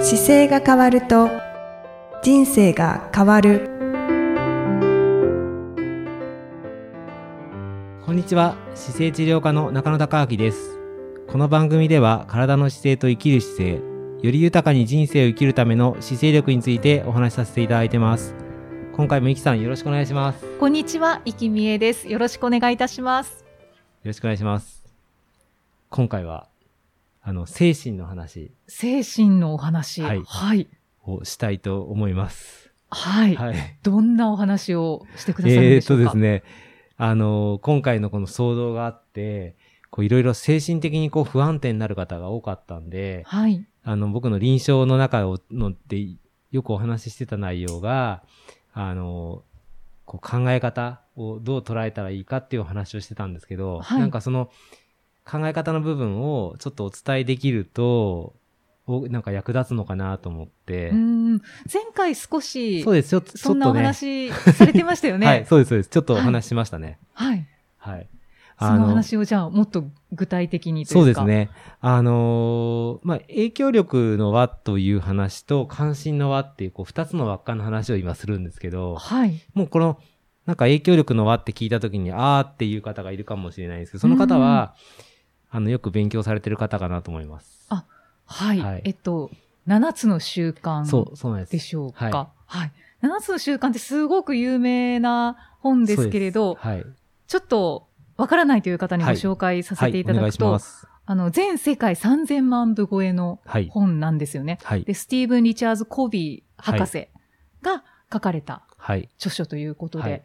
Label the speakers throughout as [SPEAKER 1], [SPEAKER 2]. [SPEAKER 1] 姿勢が変わると人生が変わる
[SPEAKER 2] こんにちは姿勢治療科の中野孝明ですこの番組では体の姿勢と生きる姿勢より豊かに人生を生きるための姿勢力についてお話しさせていただいてます今回もいきさんよろしくお願いしますよ
[SPEAKER 3] こんにちは、生きみえです。よろしくお願いいたします。
[SPEAKER 2] ろしくお願いします今回はあの精神の話
[SPEAKER 3] 精神のお話。
[SPEAKER 2] はい
[SPEAKER 3] はい。
[SPEAKER 2] をしたいと思います
[SPEAKER 3] はい
[SPEAKER 2] はい
[SPEAKER 3] どんなお話をしてくださるん
[SPEAKER 2] え
[SPEAKER 3] で
[SPEAKER 2] ーっ
[SPEAKER 3] しょ
[SPEAKER 2] と
[SPEAKER 3] う
[SPEAKER 2] で
[SPEAKER 3] か。
[SPEAKER 2] すね、あの、今回のこの騒動があって、こういろいろ精神的にこう不安定になる方が多かったんで、
[SPEAKER 3] はい。
[SPEAKER 2] あの、僕の臨床の中をのでよくお話ししてた内容が、あの、こう考え方をどう捉えたらいいかっていうお話をしてたんですけど、
[SPEAKER 3] はい
[SPEAKER 2] なんかその考え方の部分をちょっとお伝えできると、おなんか役立つのかなと思って、
[SPEAKER 3] うーん。前回少し、
[SPEAKER 2] そうですよ、ちょ
[SPEAKER 3] そん
[SPEAKER 2] っ
[SPEAKER 3] な
[SPEAKER 2] と
[SPEAKER 3] お
[SPEAKER 2] ね、
[SPEAKER 3] 話されてましたよね。
[SPEAKER 2] はい、。そうです、そうです、ちょっとお話ししましたね。
[SPEAKER 3] はい。
[SPEAKER 2] はい。
[SPEAKER 3] そ
[SPEAKER 2] あ
[SPEAKER 3] のお
[SPEAKER 2] の
[SPEAKER 3] 話をじゃあ、もっと具体的にとい
[SPEAKER 2] そう
[SPEAKER 3] う
[SPEAKER 2] で
[SPEAKER 3] か。
[SPEAKER 2] す。ね。あのーまあ、影響力の輪という話と関心の輪っていう、こう、二つの輪っかの話を今するんですけど、
[SPEAKER 3] はい。
[SPEAKER 2] もうこの、なんか影響力の輪って聞いたときに、あーっていう方がいるかもしれないんですけど、その方は、あの、よく勉強されてる方かなと思います。
[SPEAKER 3] あはい。
[SPEAKER 2] はい
[SPEAKER 3] えっと、7つの習慣
[SPEAKER 2] そう、そうなんで。
[SPEAKER 3] ですしょうか。
[SPEAKER 2] は
[SPEAKER 3] はい。7つの習慣ってすごく有名な本ですけれど、
[SPEAKER 2] はい。
[SPEAKER 3] ちょっとわからないという方にご
[SPEAKER 2] はい
[SPEAKER 3] 紹介さ
[SPEAKER 2] は
[SPEAKER 3] せて
[SPEAKER 2] い、
[SPEAKER 3] い
[SPEAKER 2] お
[SPEAKER 3] ただ
[SPEAKER 2] 願い
[SPEAKER 3] く
[SPEAKER 2] し
[SPEAKER 3] と、
[SPEAKER 2] ます。
[SPEAKER 3] あの、全世界3000万部超えの
[SPEAKER 2] はい。
[SPEAKER 3] 本なんですよね。
[SPEAKER 2] はい。
[SPEAKER 3] で、スティーブン・リチャーズ・コビー博士が書かれた
[SPEAKER 2] はい。
[SPEAKER 3] 著書ということで、
[SPEAKER 2] はい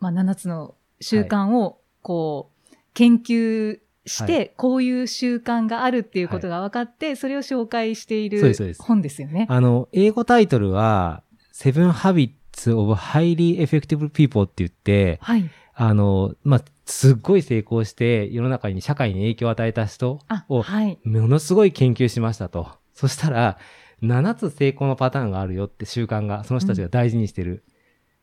[SPEAKER 3] まあ、7つの習慣を、こう、研究して、
[SPEAKER 2] は
[SPEAKER 3] こういう習慣があるっていうことが分かって、それを紹介してい
[SPEAKER 2] そうですそう
[SPEAKER 3] る
[SPEAKER 2] です
[SPEAKER 3] 本ですよね。
[SPEAKER 2] あの、英語タイトルは、Seven Habits of Highly Effective People って言って、
[SPEAKER 3] はい。
[SPEAKER 2] あの、まあ、すっごい成功して、世の中に、社会に影響を与えた人
[SPEAKER 3] あ、
[SPEAKER 2] を、
[SPEAKER 3] はい。
[SPEAKER 2] ものすごい研究しましたと。そしたら、7つ成功のパターンがあるよって習慣が、その人たちが大事にしてる。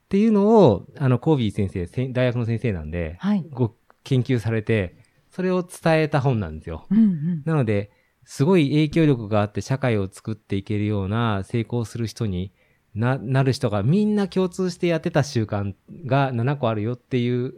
[SPEAKER 2] っていうのを、あの、コービー先生、せん大学の先生なんで、
[SPEAKER 3] はい。
[SPEAKER 2] ご研究されて、それを伝えた本なんですよ。
[SPEAKER 3] うんうん。
[SPEAKER 2] なので、すごい影響力があって社会を作っていけるような成功する人にななる人がみんな共通してやってた習慣が7個あるよっていう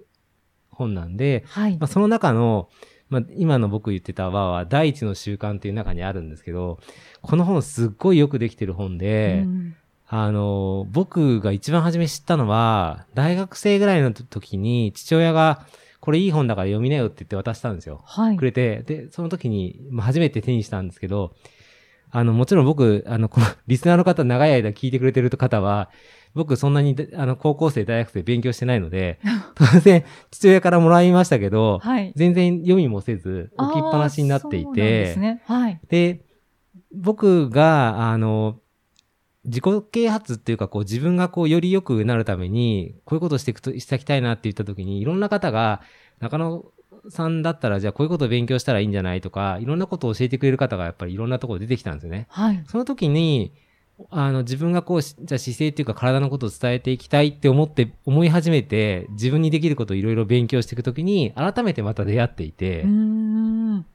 [SPEAKER 2] 本なんで、
[SPEAKER 3] はい
[SPEAKER 2] まあ、。その中の、まあ、今の僕言ってた輪は第一の習慣っていう中にあるんですけど、この本すっごいよくできてる本で、
[SPEAKER 3] うん
[SPEAKER 2] あの、僕が一番初め知ったのは、大学生ぐらいの時に父親がこれいい本だから読みなよって言って渡したんですよ。
[SPEAKER 3] はい
[SPEAKER 2] く。れて、で、その時に、まあ初めて手にしたんですけど、あの、もちろん僕、あの、この、 リスナーの方、長い間聞いてくれてる方は、僕そんなにで、あの、高校生、大学生勉強してないの で、当然、父親からもらいましたけど、
[SPEAKER 3] はい。
[SPEAKER 2] 全然読みもせず、置きっぱなしになってい
[SPEAKER 3] あーそうなんで
[SPEAKER 2] て、
[SPEAKER 3] すね。はい。
[SPEAKER 2] で、僕が、あの、自己啓発っていうか、こう自分がこうより良くなるために、こういうことをしていくと、していきたいなって言った時に、いろんな方が、中野さんだったら、じゃあこういうことを勉強したらいいんじゃないとか、いろんなことを教えてくれる方がやっぱりいろんなところ出てきたんですよね。
[SPEAKER 3] はい。
[SPEAKER 2] その時に、あの、自分がこう、しじゃあ姿勢っていうか体のことを伝えていきたいって思って、思い始めて、自分にできることをいろいろ勉強していく時に、改めてまた出会っていて、
[SPEAKER 3] うーん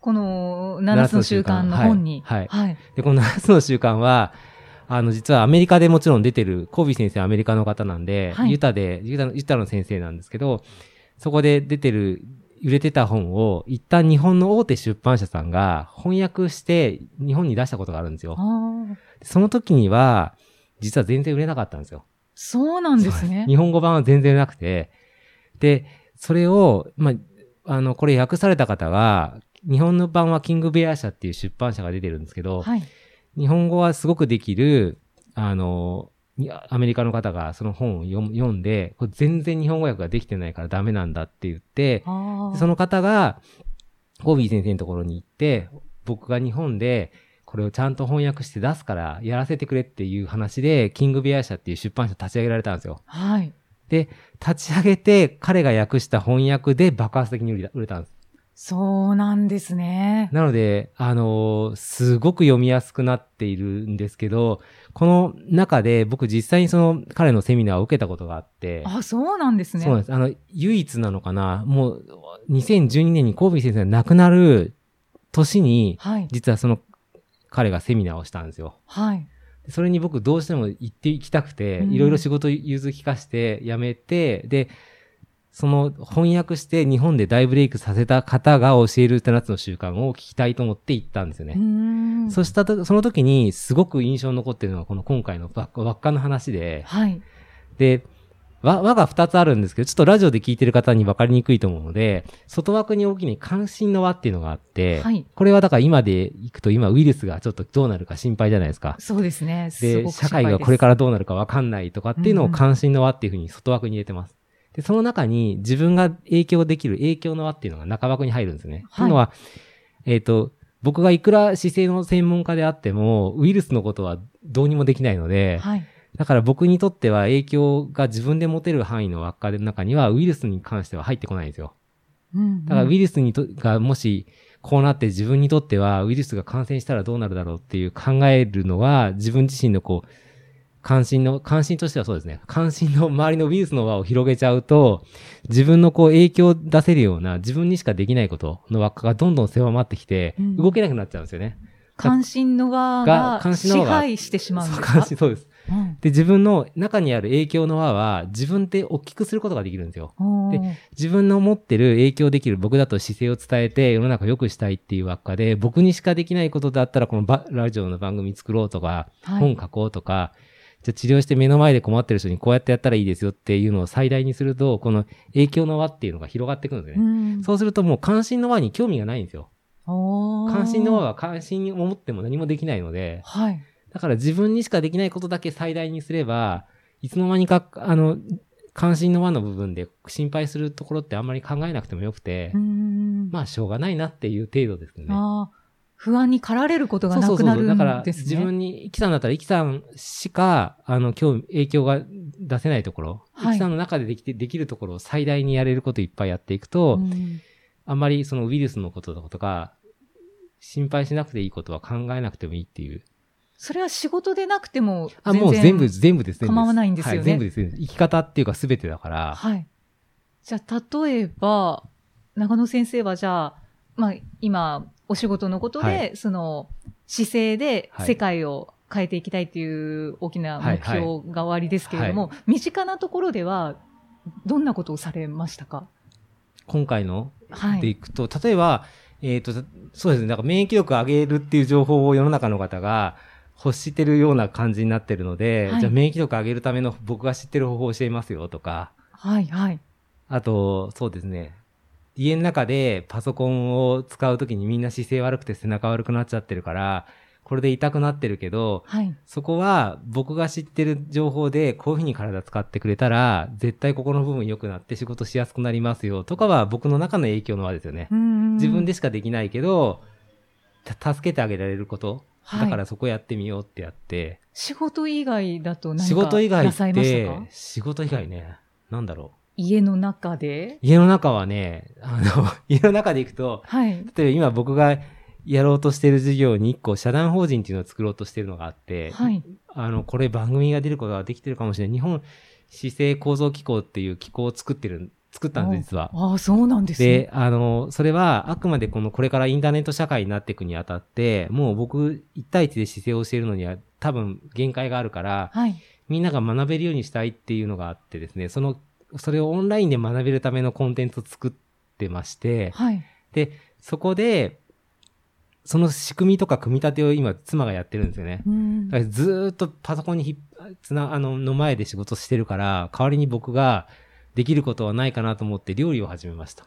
[SPEAKER 3] この7つの習慣の本に。
[SPEAKER 2] はい
[SPEAKER 3] はい。
[SPEAKER 2] で、この7つの習慣は、あの、実はアメリカでもちろん出てる、コービー先生はアメリカの方なんで、
[SPEAKER 3] はい
[SPEAKER 2] ユタで、ユタの、ユタの先生なんですけど、そこで出てる、売れてた本を、一旦日本の大手出版社さんが翻訳して日本に出したことがあるんです
[SPEAKER 3] あ
[SPEAKER 2] よ。
[SPEAKER 3] ー
[SPEAKER 2] その時には、実は全然売れなかったんですよ。
[SPEAKER 3] そうなんですね。
[SPEAKER 2] 日本語版は全然売れなくて、で、それを、まあ、あの、これ訳された方が、日本の版はキングベア社っていう出版社が出てるんですけど、
[SPEAKER 3] はい。
[SPEAKER 2] 日本語はすごくできる、あの、にアメリカの方がその本を読む読んで、これ全然日本語訳ができてないからダメなんだって言って、
[SPEAKER 3] あ
[SPEAKER 2] で
[SPEAKER 3] ー
[SPEAKER 2] その方が、コービー先生のところに行って、僕が日本でこれをちゃんと翻訳して出すからやらせてくれっていう話で、キングベア社っていう出版社立ち上げられたんですよ。
[SPEAKER 3] はい。
[SPEAKER 2] 立ち上げて、彼が訳した翻訳で爆発的に売れた売れたんです。
[SPEAKER 3] そうなんですね。
[SPEAKER 2] なので、あのーすごく読みやすくなっているんですけど、この中で僕実際にその彼のセミナーを受けたことがあって、
[SPEAKER 3] あ、そうなんですね。
[SPEAKER 2] そうなんです。あの、唯一なのかな、もう2012年にコービー先生が亡くなる年に、
[SPEAKER 3] はい。
[SPEAKER 2] 実はその彼がセミナーをしたんですよ。
[SPEAKER 3] はい。
[SPEAKER 2] それに僕どうしても行って行きたくて、
[SPEAKER 3] うん
[SPEAKER 2] いろいろ仕事融通きかして辞めて、で、その翻訳して日本で大ブレイクさせた方が教える歌夏の習慣を聞きたいと思って行ったんですよ
[SPEAKER 3] う
[SPEAKER 2] ね。
[SPEAKER 3] ーん
[SPEAKER 2] そしたと、その時にすごく印象に残ってるのはこの今回の輪輪っかの話で、
[SPEAKER 3] はい。
[SPEAKER 2] で、輪輪が2つあるんですけど、ちょっとラジオで聞いてる方に分かりにくいと思うので、外枠に大きに関心の輪っていうのがあって、
[SPEAKER 3] はい。
[SPEAKER 2] これはだから今で行くと今ウイルスがちょっとどうなるか心配じゃないですか。
[SPEAKER 3] そうですね。す
[SPEAKER 2] で、
[SPEAKER 3] ごく
[SPEAKER 2] 社
[SPEAKER 3] 心配
[SPEAKER 2] 会
[SPEAKER 3] です
[SPEAKER 2] がこれからどうなるかわかんないとかっていうの
[SPEAKER 3] う
[SPEAKER 2] を
[SPEAKER 3] んうん
[SPEAKER 2] 関心の輪っていうふうに外枠に入れてます。で、その中に自分が影響できる影響の輪っていうのが中枠に入るんですね。
[SPEAKER 3] はい
[SPEAKER 2] というのは、えっ、と、僕がいくら姿勢の専門家であっても、ウイルスのことはどうにもできないので、
[SPEAKER 3] はい。
[SPEAKER 2] だから僕にとっては影響が自分で持てる範囲の輪っかの中には、ウイルスに関しては入ってこないんですよ。
[SPEAKER 3] うんうん
[SPEAKER 2] だからウイルスにと、がもしこうなって自分にとってはウイルスが感染したらどうなるだろうっていう考えるのは自分自身のこう、関心の、関心としてはそうですね。関心の周りのウイルスの輪を広げちゃうと、自分のこう影響を出せるような自分にしかできないことの輪っかがどんどん狭まってきて
[SPEAKER 3] う、ん
[SPEAKER 2] 動けなくなっちゃうんですよね。
[SPEAKER 3] 関心の
[SPEAKER 2] が
[SPEAKER 3] 輪が
[SPEAKER 2] 関心の
[SPEAKER 3] 支
[SPEAKER 2] 輪が
[SPEAKER 3] 配してしまうんで
[SPEAKER 2] そ
[SPEAKER 3] す
[SPEAKER 2] う、
[SPEAKER 3] か
[SPEAKER 2] 関心、そうです。
[SPEAKER 3] うん
[SPEAKER 2] で、自分の中にある影響の輪は自分で大きくすることができるんですよ。
[SPEAKER 3] おー
[SPEAKER 2] 自分の持ってる影響できる僕だと姿勢を伝えて世の中を良くしたいっていう輪っかで僕にしかできないことだったらこのばラジオの番組作ろうとか、
[SPEAKER 3] はい
[SPEAKER 2] 本書こうとかじゃあ治療して目の前で困ってる人にこうやってやったらいいですよっていうのを最大にするとこの影響の輪っていうのが広がってくるんです
[SPEAKER 3] う
[SPEAKER 2] ね、
[SPEAKER 3] ん
[SPEAKER 2] そうするともう関心の輪に興味がないんですよ
[SPEAKER 3] おー
[SPEAKER 2] 関心の輪は関心を持っても何もできないので
[SPEAKER 3] はい。
[SPEAKER 2] だから自分にしかできないことだけ最大にすれば、いつの間にか、あの、関心の輪の部分で心配するところってあんまり考えなくてもよくて、
[SPEAKER 3] うん
[SPEAKER 2] まあしょうがないなっていう程度ですよね。
[SPEAKER 3] あー不安に駆られることが
[SPEAKER 2] そう
[SPEAKER 3] な
[SPEAKER 2] そう
[SPEAKER 3] く
[SPEAKER 2] そ
[SPEAKER 3] な
[SPEAKER 2] う。
[SPEAKER 3] る
[SPEAKER 2] だ
[SPEAKER 3] ん
[SPEAKER 2] から
[SPEAKER 3] ですね。
[SPEAKER 2] 自分に、イキさんだったらイキさんしか、あの、今日影響が出せないところ、
[SPEAKER 3] はい
[SPEAKER 2] イキさんの中でできて、できるところを最大にやれることいっぱいやっていくと、
[SPEAKER 3] うん
[SPEAKER 2] あんまりそのウイルスのこととか、心配しなくていいことは考えなくてもいいっていう。
[SPEAKER 3] それは仕事でなくても
[SPEAKER 2] あ、もう全部、全部です、全部です
[SPEAKER 3] 構わないんですよね
[SPEAKER 2] は全部です。全部です生き方っていうか全てだから、
[SPEAKER 3] はい。じゃあ、例えば、長野先生はじゃあ、まあ、今、お仕事のことで、
[SPEAKER 2] は
[SPEAKER 3] その、姿勢で
[SPEAKER 2] はい
[SPEAKER 3] 世界を変えていきたいっていう大きな目標がおありですけれども、身近なところでは、どんなことをされましたか
[SPEAKER 2] 今回の
[SPEAKER 3] は
[SPEAKER 2] で
[SPEAKER 3] い。
[SPEAKER 2] いくと、例えば、えっ、と、そうですね、なんか免疫力上げるっていう情報を世の中の方が欲してるような感じになってるので、
[SPEAKER 3] はい
[SPEAKER 2] じゃあ免疫力上げるための僕が知ってる方法を教えますよとか、
[SPEAKER 3] はい、はい。
[SPEAKER 2] あと、そうですね、家の中でパソコンを使うときにみんな姿勢悪くて背中悪くなっちゃってるから、これで痛くなってるけど、
[SPEAKER 3] はい。
[SPEAKER 2] そこは僕が知ってる情報でこういうふうに体使ってくれたら絶対ここの部分良くなって仕事しやすくなりますよとかは僕の中の影響の輪ですよね。自
[SPEAKER 3] 自
[SPEAKER 2] 分でしかできないけど、た助けてあげられること、
[SPEAKER 3] はい
[SPEAKER 2] だからそこやってみようってやって、
[SPEAKER 3] 仕事以外だと何
[SPEAKER 2] 仕事以
[SPEAKER 3] か
[SPEAKER 2] 外
[SPEAKER 3] な
[SPEAKER 2] っ
[SPEAKER 3] さいましてたか、
[SPEAKER 2] 仕事以外ね、なんだろ
[SPEAKER 3] 家の中で
[SPEAKER 2] う。家の中はね、あの、 家の中で行くと、
[SPEAKER 3] はい。
[SPEAKER 2] 例えば今僕がやろうとしてる事業に一個社団法人っていうのを作ろうとしてるのがあって、
[SPEAKER 3] はい。
[SPEAKER 2] あの、これ番組が出ることができてるかもしれない。日本姿勢構造機構っていう機構を作ってる、作ったんです、実は。
[SPEAKER 3] ああ、そうなんですね。
[SPEAKER 2] で、あの、それはあくまでこのこれからインターネット社会になっていくにあたって、もう僕一対一で姿勢を教えるのには多分限界があるから、
[SPEAKER 3] はい。
[SPEAKER 2] みんなが学べるようにしたいっていうのがあってですね、その、それをオンラインで学べるためのコンテンツを作ってまして、
[SPEAKER 3] はい。
[SPEAKER 2] で、そこで、その仕組みとか組み立てを今妻がやってるんですよね。
[SPEAKER 3] うん
[SPEAKER 2] だからずーっとパソコンにひっつな、あの、の前で仕事してるから、代わりに僕ができることはないかなと思って料理を始めました。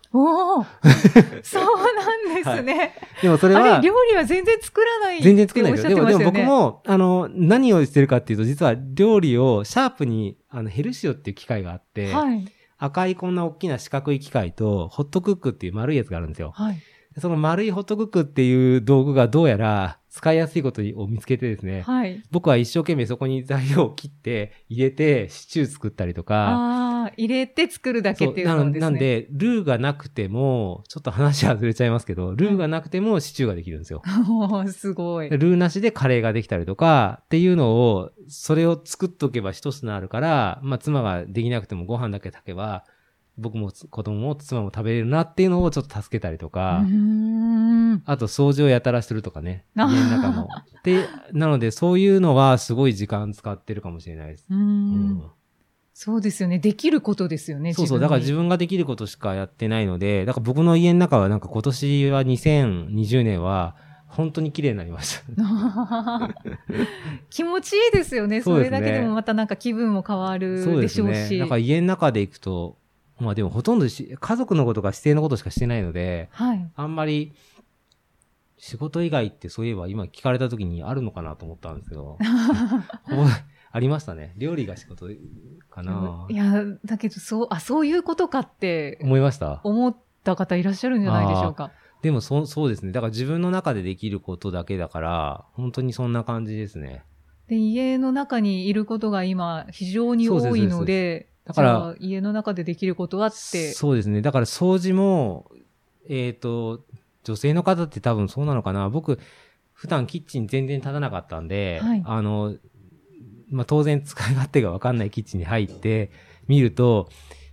[SPEAKER 3] おおそうなんですね。
[SPEAKER 2] でもそれ
[SPEAKER 3] あ
[SPEAKER 2] は
[SPEAKER 3] れ、、料理は全然作らないって
[SPEAKER 2] 全然作れない
[SPEAKER 3] おっ
[SPEAKER 2] です
[SPEAKER 3] しゃ
[SPEAKER 2] よ。
[SPEAKER 3] って
[SPEAKER 2] で
[SPEAKER 3] ま
[SPEAKER 2] も、
[SPEAKER 3] した
[SPEAKER 2] で
[SPEAKER 3] よ
[SPEAKER 2] も
[SPEAKER 3] ね。
[SPEAKER 2] 僕も、あの、何をしてるかっていうと、実は料理をシャープに、あの、ヘルシオっていう機械があって、
[SPEAKER 3] はい。
[SPEAKER 2] 赤いこんな大きな四角い機械と、ホットクックっていう丸いやつがあるんですよ。
[SPEAKER 3] はい。
[SPEAKER 2] その丸いホットクックっていう道具がどうやら使いやすいことを見つけてですね、
[SPEAKER 3] はい。
[SPEAKER 2] 僕は一生懸命そこに材料を切って、入れて、シチュー作ったりとか、
[SPEAKER 3] ああー、入れて作るだけ
[SPEAKER 2] そ
[SPEAKER 3] っていう
[SPEAKER 2] な
[SPEAKER 3] の
[SPEAKER 2] の
[SPEAKER 3] ですね。
[SPEAKER 2] なん、で、ルーがなくても、ちょっと話はずれちゃいますけど、ルーがなくてもシチューができるんですよ。
[SPEAKER 3] おーすごい。
[SPEAKER 2] ルーなしでカレーができたりとかっていうのを、それを作っとけば一つのあるから、まあ妻ができなくてもご飯だけ炊けば僕も子供も妻も食べれるなっていうのをちょっと助けたりと
[SPEAKER 3] うー
[SPEAKER 2] か、
[SPEAKER 3] ん。
[SPEAKER 2] あと掃除をやたらするとかね、
[SPEAKER 3] あ
[SPEAKER 2] 家の中も。で、なのでそういうのはすごい時間使ってるかもしれないです。
[SPEAKER 3] うー
[SPEAKER 2] うん
[SPEAKER 3] んそうですよね。できることですよね。
[SPEAKER 2] そうそう、だから自
[SPEAKER 3] 分
[SPEAKER 2] 分ができることしかやってないので、だから僕の家の中はなんか今年は2020年は本当に綺麗になりました。
[SPEAKER 3] に。 気持ちいいですよね。
[SPEAKER 2] そう
[SPEAKER 3] そ
[SPEAKER 2] です
[SPEAKER 3] れ
[SPEAKER 2] ね
[SPEAKER 3] だけでもまたなんか気分も変わ
[SPEAKER 2] そう
[SPEAKER 3] る
[SPEAKER 2] で
[SPEAKER 3] でし
[SPEAKER 2] す
[SPEAKER 3] ょう
[SPEAKER 2] ね。
[SPEAKER 3] し。
[SPEAKER 2] なんか家の中で行くと、まあでもほとんどし家族のことが指定のことしかしてないので、
[SPEAKER 3] はい。。
[SPEAKER 2] あんまり仕事以外ってそういえば今聞かれた時にあるのかなと思ったんですけど、ほぼ ありましたね。料理が仕事かない
[SPEAKER 3] や、だけどそう、あ、そういうことかって
[SPEAKER 2] 思いました
[SPEAKER 3] 思った方いらっしゃるんじゃないでしょうか。
[SPEAKER 2] でもそ、そうですね。だから自分の中でできることだけだから、本当にそんな感じですね。
[SPEAKER 3] で、家の中にいることが今非常に多いので、
[SPEAKER 2] そうですそうですだから
[SPEAKER 3] じゃあ家の中でできることはって、
[SPEAKER 2] そうですね。だから掃除も、えっ、と、女性の方って多分そうなのかな。僕、普段キッチン全然立たなかったんで、
[SPEAKER 3] はい
[SPEAKER 2] あの、まあ、当然使い勝手がわかんないキッチンに入って見ると、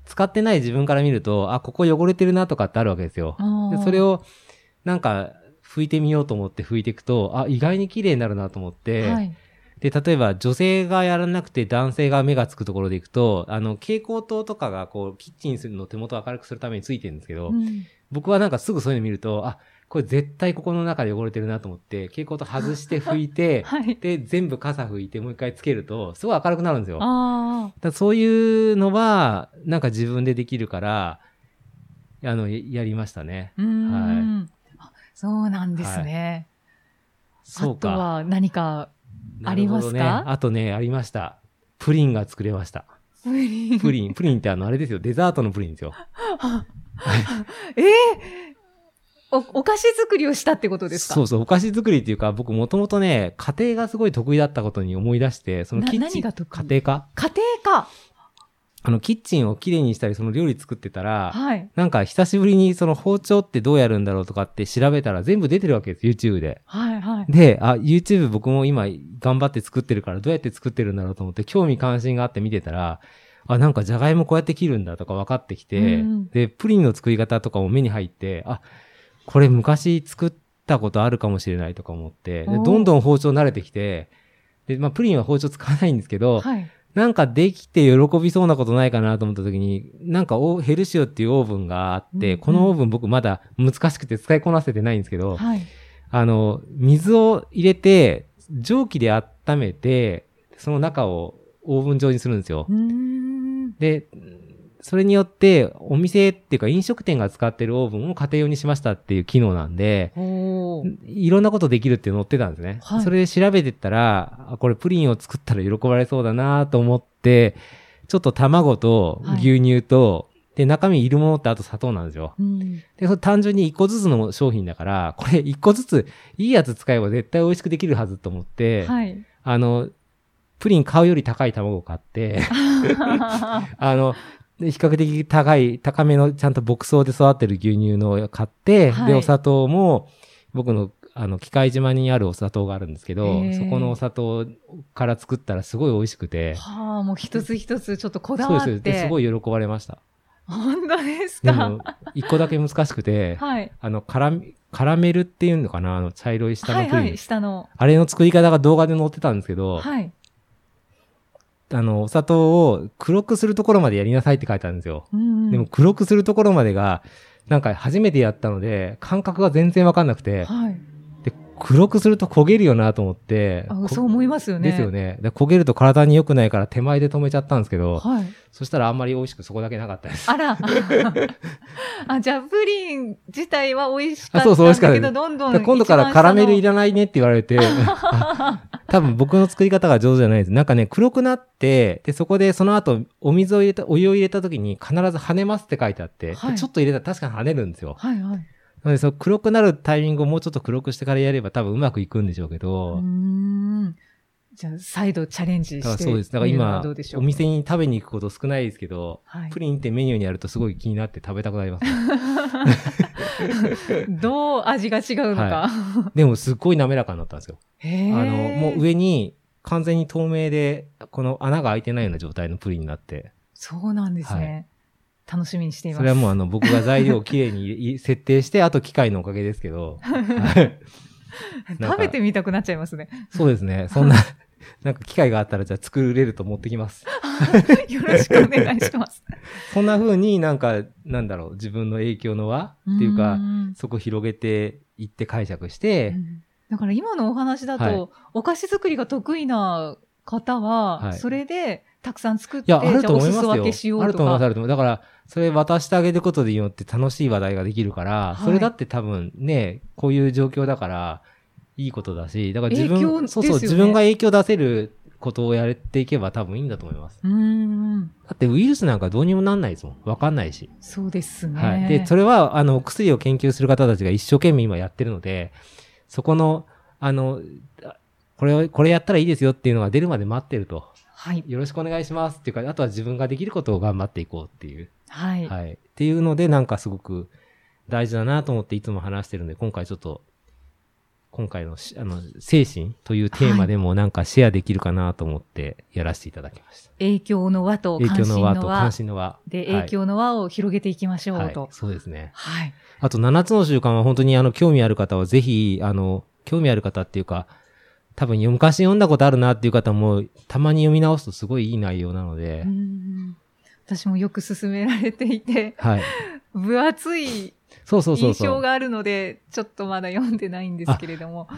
[SPEAKER 2] 使ってない自分から見ると、あ、ここ汚れてるなとかってあるわけですよ。
[SPEAKER 3] あ
[SPEAKER 2] で
[SPEAKER 3] ー
[SPEAKER 2] それを、なんか、拭いてみようと思って拭いていくと、あ、意外に綺麗になるなと思って、
[SPEAKER 3] はい。
[SPEAKER 2] で、例えば女性がやらなくて男性が目がつくところでいくと、あの、蛍光灯とかがこう、キッチンするの手元を明るくするためについてるんですけど、
[SPEAKER 3] うん
[SPEAKER 2] 僕はなんかすぐそういうの見ると、あ、これ絶対ここの中で汚れてるなと思って、蛍光灯外して拭いて、
[SPEAKER 3] はい。
[SPEAKER 2] で、全部傘拭いてもう一回つけると、すごい明るくなるんですよ。だか
[SPEAKER 3] ああ。
[SPEAKER 2] らそういうのは、なんか自分でできるから、あの、ややりましたね。
[SPEAKER 3] うーん、あそうなんですね。
[SPEAKER 2] そう
[SPEAKER 3] あと
[SPEAKER 2] か。
[SPEAKER 3] は何か、
[SPEAKER 2] なるほどね
[SPEAKER 3] ありますか
[SPEAKER 2] あとね、ありました。プリンが作れました。
[SPEAKER 3] プリン
[SPEAKER 2] プリン、プリンってあの、あれですよ、デザートのプリンですよ。
[SPEAKER 3] ええお、お菓子作りをしたってことですか
[SPEAKER 2] そうそう、お菓子作りっていうか、僕もともとね、家庭がすごい得意だったことに思い出して、その
[SPEAKER 3] な
[SPEAKER 2] キッチ
[SPEAKER 3] 何
[SPEAKER 2] ン、
[SPEAKER 3] が得意
[SPEAKER 2] 家庭科
[SPEAKER 3] 家庭か。
[SPEAKER 2] あの、キッチンをきれいにしたり、その料理作ってたら、
[SPEAKER 3] はい。
[SPEAKER 2] なんか久しぶりにその包丁ってどうやるんだろうとかって調べたら全部出てるわけです、YouTube で。
[SPEAKER 3] はい、はい。
[SPEAKER 2] で、あ、YouTube 僕も今頑張って作ってるからどうやって作ってるんだろうと思って興味関心があって見てたら、あ、なんかじゃがいもこうやって切るんだとか分かってきて、
[SPEAKER 3] うん
[SPEAKER 2] で、プリンの作り方とかも目に入って、あ、これ昔作ったことあるかもしれないとか思って、で
[SPEAKER 3] おー
[SPEAKER 2] どんどん包丁慣れてきて、で、まあプリンは包丁使わないんですけど、
[SPEAKER 3] はい。
[SPEAKER 2] なんかできて喜びそうなことないかなと思った時に、なんかオーヘルシオっていうオーブンがあって、
[SPEAKER 3] うん
[SPEAKER 2] このオーブン僕まだ難しくて使いこなせてないんですけど、
[SPEAKER 3] はい。
[SPEAKER 2] あの、水を入れて、蒸気で温めて、その中をオーブン状にするんですよ
[SPEAKER 3] う。ーん。
[SPEAKER 2] で、それによって、お店っていうか飲食店が使ってるオーブンを家庭用にしましたっていう機能なんで、
[SPEAKER 3] おー
[SPEAKER 2] いろんなことできるって載ってたんですね。
[SPEAKER 3] はい
[SPEAKER 2] それで調べてったら、あこれプリンを作ったら喜ばれそうだなと思って、ちょっと卵と牛乳と、で、中身いるものってあと砂糖なんですよ。
[SPEAKER 3] うん。
[SPEAKER 2] で、それ単純に一個ずつの商品だから、これ一個ずついいやつ使えば絶対美味しくできるはずと思って、
[SPEAKER 3] はい。
[SPEAKER 2] あの、プリン買うより高い卵を買 って、あの、で比較的高い、高めのちゃんと牧草で育ってる牛乳のを買って、
[SPEAKER 3] はい
[SPEAKER 2] で、お砂糖も、僕の、あの、機械島にあるお砂糖があるんですけど
[SPEAKER 3] へ、ー
[SPEAKER 2] そこのお砂糖から作ったらすごい美味しくて、
[SPEAKER 3] はあ、もう一つ一つちょっとこだ
[SPEAKER 2] そう
[SPEAKER 3] わ
[SPEAKER 2] で
[SPEAKER 3] っ
[SPEAKER 2] す
[SPEAKER 3] て。
[SPEAKER 2] よで。すごい喜ばれま した。
[SPEAKER 3] 本当です
[SPEAKER 2] で
[SPEAKER 3] か
[SPEAKER 2] も。、一個だけ難しくて、
[SPEAKER 3] はい。
[SPEAKER 2] あの、カラメ、カラメルっていうのかなあの、茶色い下の
[SPEAKER 3] は
[SPEAKER 2] プリ
[SPEAKER 3] い
[SPEAKER 2] ン。
[SPEAKER 3] はい、下の。
[SPEAKER 2] あれの作り方が動画で載ってたんですけど、
[SPEAKER 3] はい。
[SPEAKER 2] あの、お砂糖を黒くするところまでやりなさいって書いてあるんですよ。
[SPEAKER 3] うんうん
[SPEAKER 2] でも、黒くするところまでが、なんか初めてやったので、感覚が全然わかんなくて、
[SPEAKER 3] はい。
[SPEAKER 2] で、黒くすると焦げるよなと思って、
[SPEAKER 3] あ
[SPEAKER 2] こ
[SPEAKER 3] そう思いますよね。
[SPEAKER 2] ですよね。で焦げると体に良くないから手前で止めちゃったんですけど、
[SPEAKER 3] はい。
[SPEAKER 2] そしたらあんまり美味しくそこだけなかったです。
[SPEAKER 3] あら。 あ、じゃあ、プリン自体は美味しか
[SPEAKER 2] あ
[SPEAKER 3] っ
[SPEAKER 2] そ
[SPEAKER 3] た
[SPEAKER 2] うんそう美味しかっ
[SPEAKER 3] だ
[SPEAKER 2] た
[SPEAKER 3] けど、どんど
[SPEAKER 2] だ
[SPEAKER 3] ん。
[SPEAKER 2] から今度からカラメルい
[SPEAKER 3] ら
[SPEAKER 2] らないねって言わ れて、あ多分僕の作り方が上手じゃないです。なんかね、黒くなって、で、そこでその後、お水を入れた、お湯を入れた時に必ず跳ねますって書いてあって、で
[SPEAKER 3] はい
[SPEAKER 2] ちょっと入れたら確かに跳ねるんですよ。
[SPEAKER 3] はいはい。
[SPEAKER 2] なので、その黒くなるタイミングをもうちょっと黒くしてからやれば多分うまくいくんでしょうけ
[SPEAKER 3] う
[SPEAKER 2] ど、
[SPEAKER 3] ーん。じゃあ、再度チャレンジ
[SPEAKER 2] だから
[SPEAKER 3] して
[SPEAKER 2] そうです。だから
[SPEAKER 3] みるのは
[SPEAKER 2] 今
[SPEAKER 3] どうでし、ょ
[SPEAKER 2] お
[SPEAKER 3] う。
[SPEAKER 2] 店に食べに行くこと少ないですけど、
[SPEAKER 3] はい
[SPEAKER 2] プリンってメニューにあるとすごい気になって食べたくなります。
[SPEAKER 3] どう味が違うのか。
[SPEAKER 2] でもすっごい滑らかになったんですよ。
[SPEAKER 3] へ
[SPEAKER 2] あ
[SPEAKER 3] ー
[SPEAKER 2] の、もう上に完全に透明で、この穴が開いてないような状態のプリンになって。
[SPEAKER 3] そうなんですね。楽しみにしています。
[SPEAKER 2] それはもうあの僕が材料をきれいに設定して、あと機械のおかげですけど。はいなんか
[SPEAKER 3] 食べてみたくなっちゃいますね。
[SPEAKER 2] そうですね。そんな、なんか機会があったらじゃあ作れると持ってきます。
[SPEAKER 3] よろしくお願いします。
[SPEAKER 2] そんな風になんか、なんだろう、自分の影響の輪 っていうか、
[SPEAKER 3] ん
[SPEAKER 2] そこ広げていって解釈して、
[SPEAKER 3] だから今のお話だと、
[SPEAKER 2] はい
[SPEAKER 3] お菓子作りが得意な方は、
[SPEAKER 2] はい
[SPEAKER 3] それでたくさん作っ
[SPEAKER 2] い
[SPEAKER 3] て、
[SPEAKER 2] や、ある
[SPEAKER 3] じ
[SPEAKER 2] と
[SPEAKER 3] ゃあお
[SPEAKER 2] 思い
[SPEAKER 3] す
[SPEAKER 2] ます
[SPEAKER 3] す分けしよ
[SPEAKER 2] よ。あ
[SPEAKER 3] う
[SPEAKER 2] る
[SPEAKER 3] と
[SPEAKER 2] と思います、あ
[SPEAKER 3] か。
[SPEAKER 2] ると思います。だから、それ渡してあげることでによって楽しい話題ができるから、
[SPEAKER 3] はい
[SPEAKER 2] それだって多分ね、こういう状況だから、いいことだし、だから自
[SPEAKER 3] 影響
[SPEAKER 2] 分、
[SPEAKER 3] です
[SPEAKER 2] そ
[SPEAKER 3] よ
[SPEAKER 2] うそ
[SPEAKER 3] ね
[SPEAKER 2] う、自分が影響出せることをやっていけば多分いいんだと思います。
[SPEAKER 3] うーん、
[SPEAKER 2] だってウイルスなんかどうにもなんないですもん。わかんないし。
[SPEAKER 3] そうですね。
[SPEAKER 2] はい。で、それは、あの、お薬を研究する方たちが一生懸命今やってるので、そこの、あの、あこれを、これやったらいいですよっていうのが出るまで待ってると。
[SPEAKER 3] はい。
[SPEAKER 2] よろしくお願いしますっていうか、あとは自分ができることを頑張っていこうっていう。
[SPEAKER 3] はい。
[SPEAKER 2] はい。っていうので、なんかすごく大事だなと思っていつも話してるんで、今回ちょっと、今回のし、あの、精神というテーマでもなんかシェアできるかなと思ってやらせていただきました。
[SPEAKER 3] 影響の輪と
[SPEAKER 2] 影
[SPEAKER 3] 関
[SPEAKER 2] 響の
[SPEAKER 3] 心
[SPEAKER 2] 輪
[SPEAKER 3] の
[SPEAKER 2] と
[SPEAKER 3] 輪
[SPEAKER 2] 関。心の輪。
[SPEAKER 3] で、
[SPEAKER 2] はい
[SPEAKER 3] 影響の輪を広げていきましょう
[SPEAKER 2] はい
[SPEAKER 3] と。
[SPEAKER 2] そうですね。
[SPEAKER 3] はい。
[SPEAKER 2] あと、7つの習慣は本当にあの、興味ある方はぜひ、あの、興味ある方っていうか、多分昔読んだことあるなっていう方も、たまに読み直すとすごいいい内容なので
[SPEAKER 3] うー、ん私もよく勧められていて、
[SPEAKER 2] はい。
[SPEAKER 3] 分厚い
[SPEAKER 2] そうそうそう
[SPEAKER 3] 印
[SPEAKER 2] そ
[SPEAKER 3] 象
[SPEAKER 2] う。
[SPEAKER 3] があるので、ちょっとまだ読んでないんですけれども。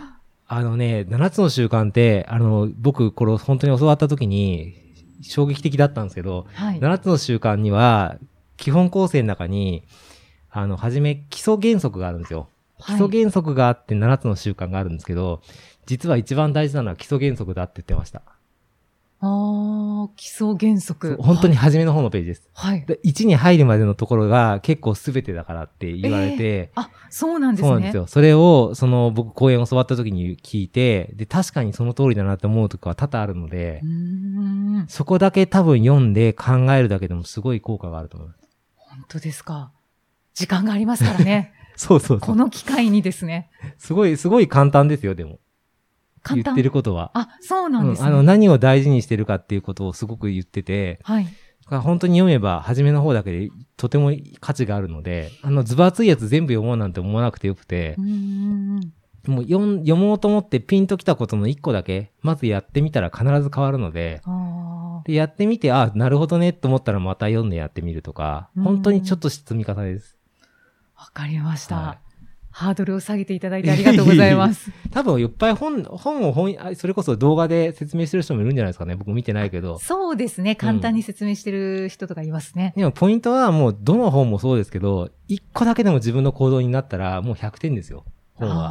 [SPEAKER 2] あのね、7つの習慣って、あの、僕、これを本当に教わった時に、衝撃的だったんですけど、
[SPEAKER 3] はい。
[SPEAKER 2] 7つの習慣には、基本構成の中に、あの、はじめ基礎原則があるんですよ。基
[SPEAKER 3] はい
[SPEAKER 2] 礎原則があって7つの習慣があるんですけど、実は一番大事なのは基礎原則だって言ってました。
[SPEAKER 3] ああ、基礎原則。
[SPEAKER 2] 本当に初めの方のページです。
[SPEAKER 3] はい。はい。
[SPEAKER 2] で1に入るまでのところが結構全てだからって言われて、
[SPEAKER 3] あ、そうなんですね。
[SPEAKER 2] そうなんですよ。それを、その、僕、講演を教わった時に聞いて、で、確かにその通りだなって思うとかは多々あるので、
[SPEAKER 3] うーん。
[SPEAKER 2] そこだけ多分読んで考えるだけでもすごい効果があると思いま
[SPEAKER 3] 本当ですか。時間がありますからね。
[SPEAKER 2] す。 そうそうそ
[SPEAKER 3] こ
[SPEAKER 2] う。
[SPEAKER 3] の機会にですね。
[SPEAKER 2] すごい、すごい簡単ですよ、でも。
[SPEAKER 3] 簡
[SPEAKER 2] 言
[SPEAKER 3] 単。
[SPEAKER 2] ってることは。
[SPEAKER 3] あ、そうなんです
[SPEAKER 2] うん
[SPEAKER 3] ね。
[SPEAKER 2] あの、何を大事にしてるかっていうことをすごく言ってて、
[SPEAKER 3] はい。
[SPEAKER 2] だから本当に読めば、初めの方だけでとても価値があるので、あの、ズバ厚いやつ全部読もうなんて思わなくてよくて
[SPEAKER 3] う、ーん。
[SPEAKER 2] もう読ん読もうと思ってピンときたことの一個だけ、まずやってみたら必ず変わるので、
[SPEAKER 3] ああ。
[SPEAKER 2] で、やってみて、あ、なるほどねと思ったらまた読んでやってみるとか、
[SPEAKER 3] うん
[SPEAKER 2] 本当にちょっとした積み重ねです。
[SPEAKER 3] わかりました、
[SPEAKER 2] は
[SPEAKER 3] ハードルを下げていただいてありがとうござ います。
[SPEAKER 2] 多分いっぱい本、本を本、あそれこそ動画で説明してる人もいるんじゃないですかね。僕見てないけど。
[SPEAKER 3] そうですね。簡単に説明してる人とかいますね。
[SPEAKER 2] でもポイントはもうどの本もそうですけど、一個だけでも自分の行動になったらもう100点ですよ。本は。
[SPEAKER 3] あ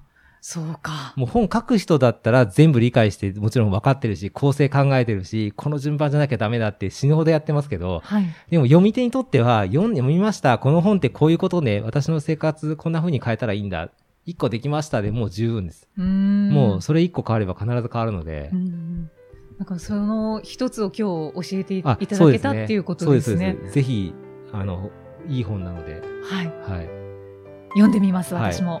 [SPEAKER 3] あ、そうか。
[SPEAKER 2] もう本書く人だったら全部理解して、もちろん分かってるし、構成考えてるし、この順番じゃなきゃダメだって死ぬほどやってますけど、
[SPEAKER 3] はい。
[SPEAKER 2] でも読み手にとっては、読んでみました。この本ってこういうことね。私の生活こんな風に変えたらいいんだ。一個できましたでもう十分です。
[SPEAKER 3] うーん。
[SPEAKER 2] もうそれ一個変われば必ず変わるので
[SPEAKER 3] う。ん。なんかその一つを今日教えてい
[SPEAKER 2] あ、
[SPEAKER 3] た
[SPEAKER 2] そうで
[SPEAKER 3] だけ
[SPEAKER 2] す
[SPEAKER 3] た
[SPEAKER 2] ね
[SPEAKER 3] っていうことですね
[SPEAKER 2] そう。です。ぜひ、あの、いい本なので、
[SPEAKER 3] はい。
[SPEAKER 2] はい。
[SPEAKER 3] 読んでみます、
[SPEAKER 2] はい
[SPEAKER 3] 私も。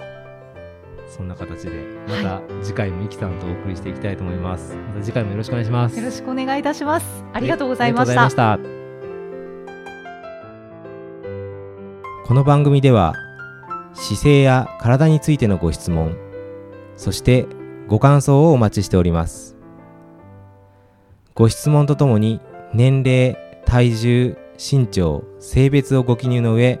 [SPEAKER 2] そんな形で、また次回もイキさんとお送りしていきたいと思います。また次回もよろしくお願いします。
[SPEAKER 3] よろし
[SPEAKER 2] く
[SPEAKER 3] くお願いいたします。ありがとうござい
[SPEAKER 2] あ
[SPEAKER 3] ま
[SPEAKER 2] りがとうござ
[SPEAKER 3] し
[SPEAKER 2] いま
[SPEAKER 3] た
[SPEAKER 2] し。た。この番組では姿勢や体についてのご質問そしてご感想をお待ちしておりますご質問とともに年齢体重身長性別をご記入の上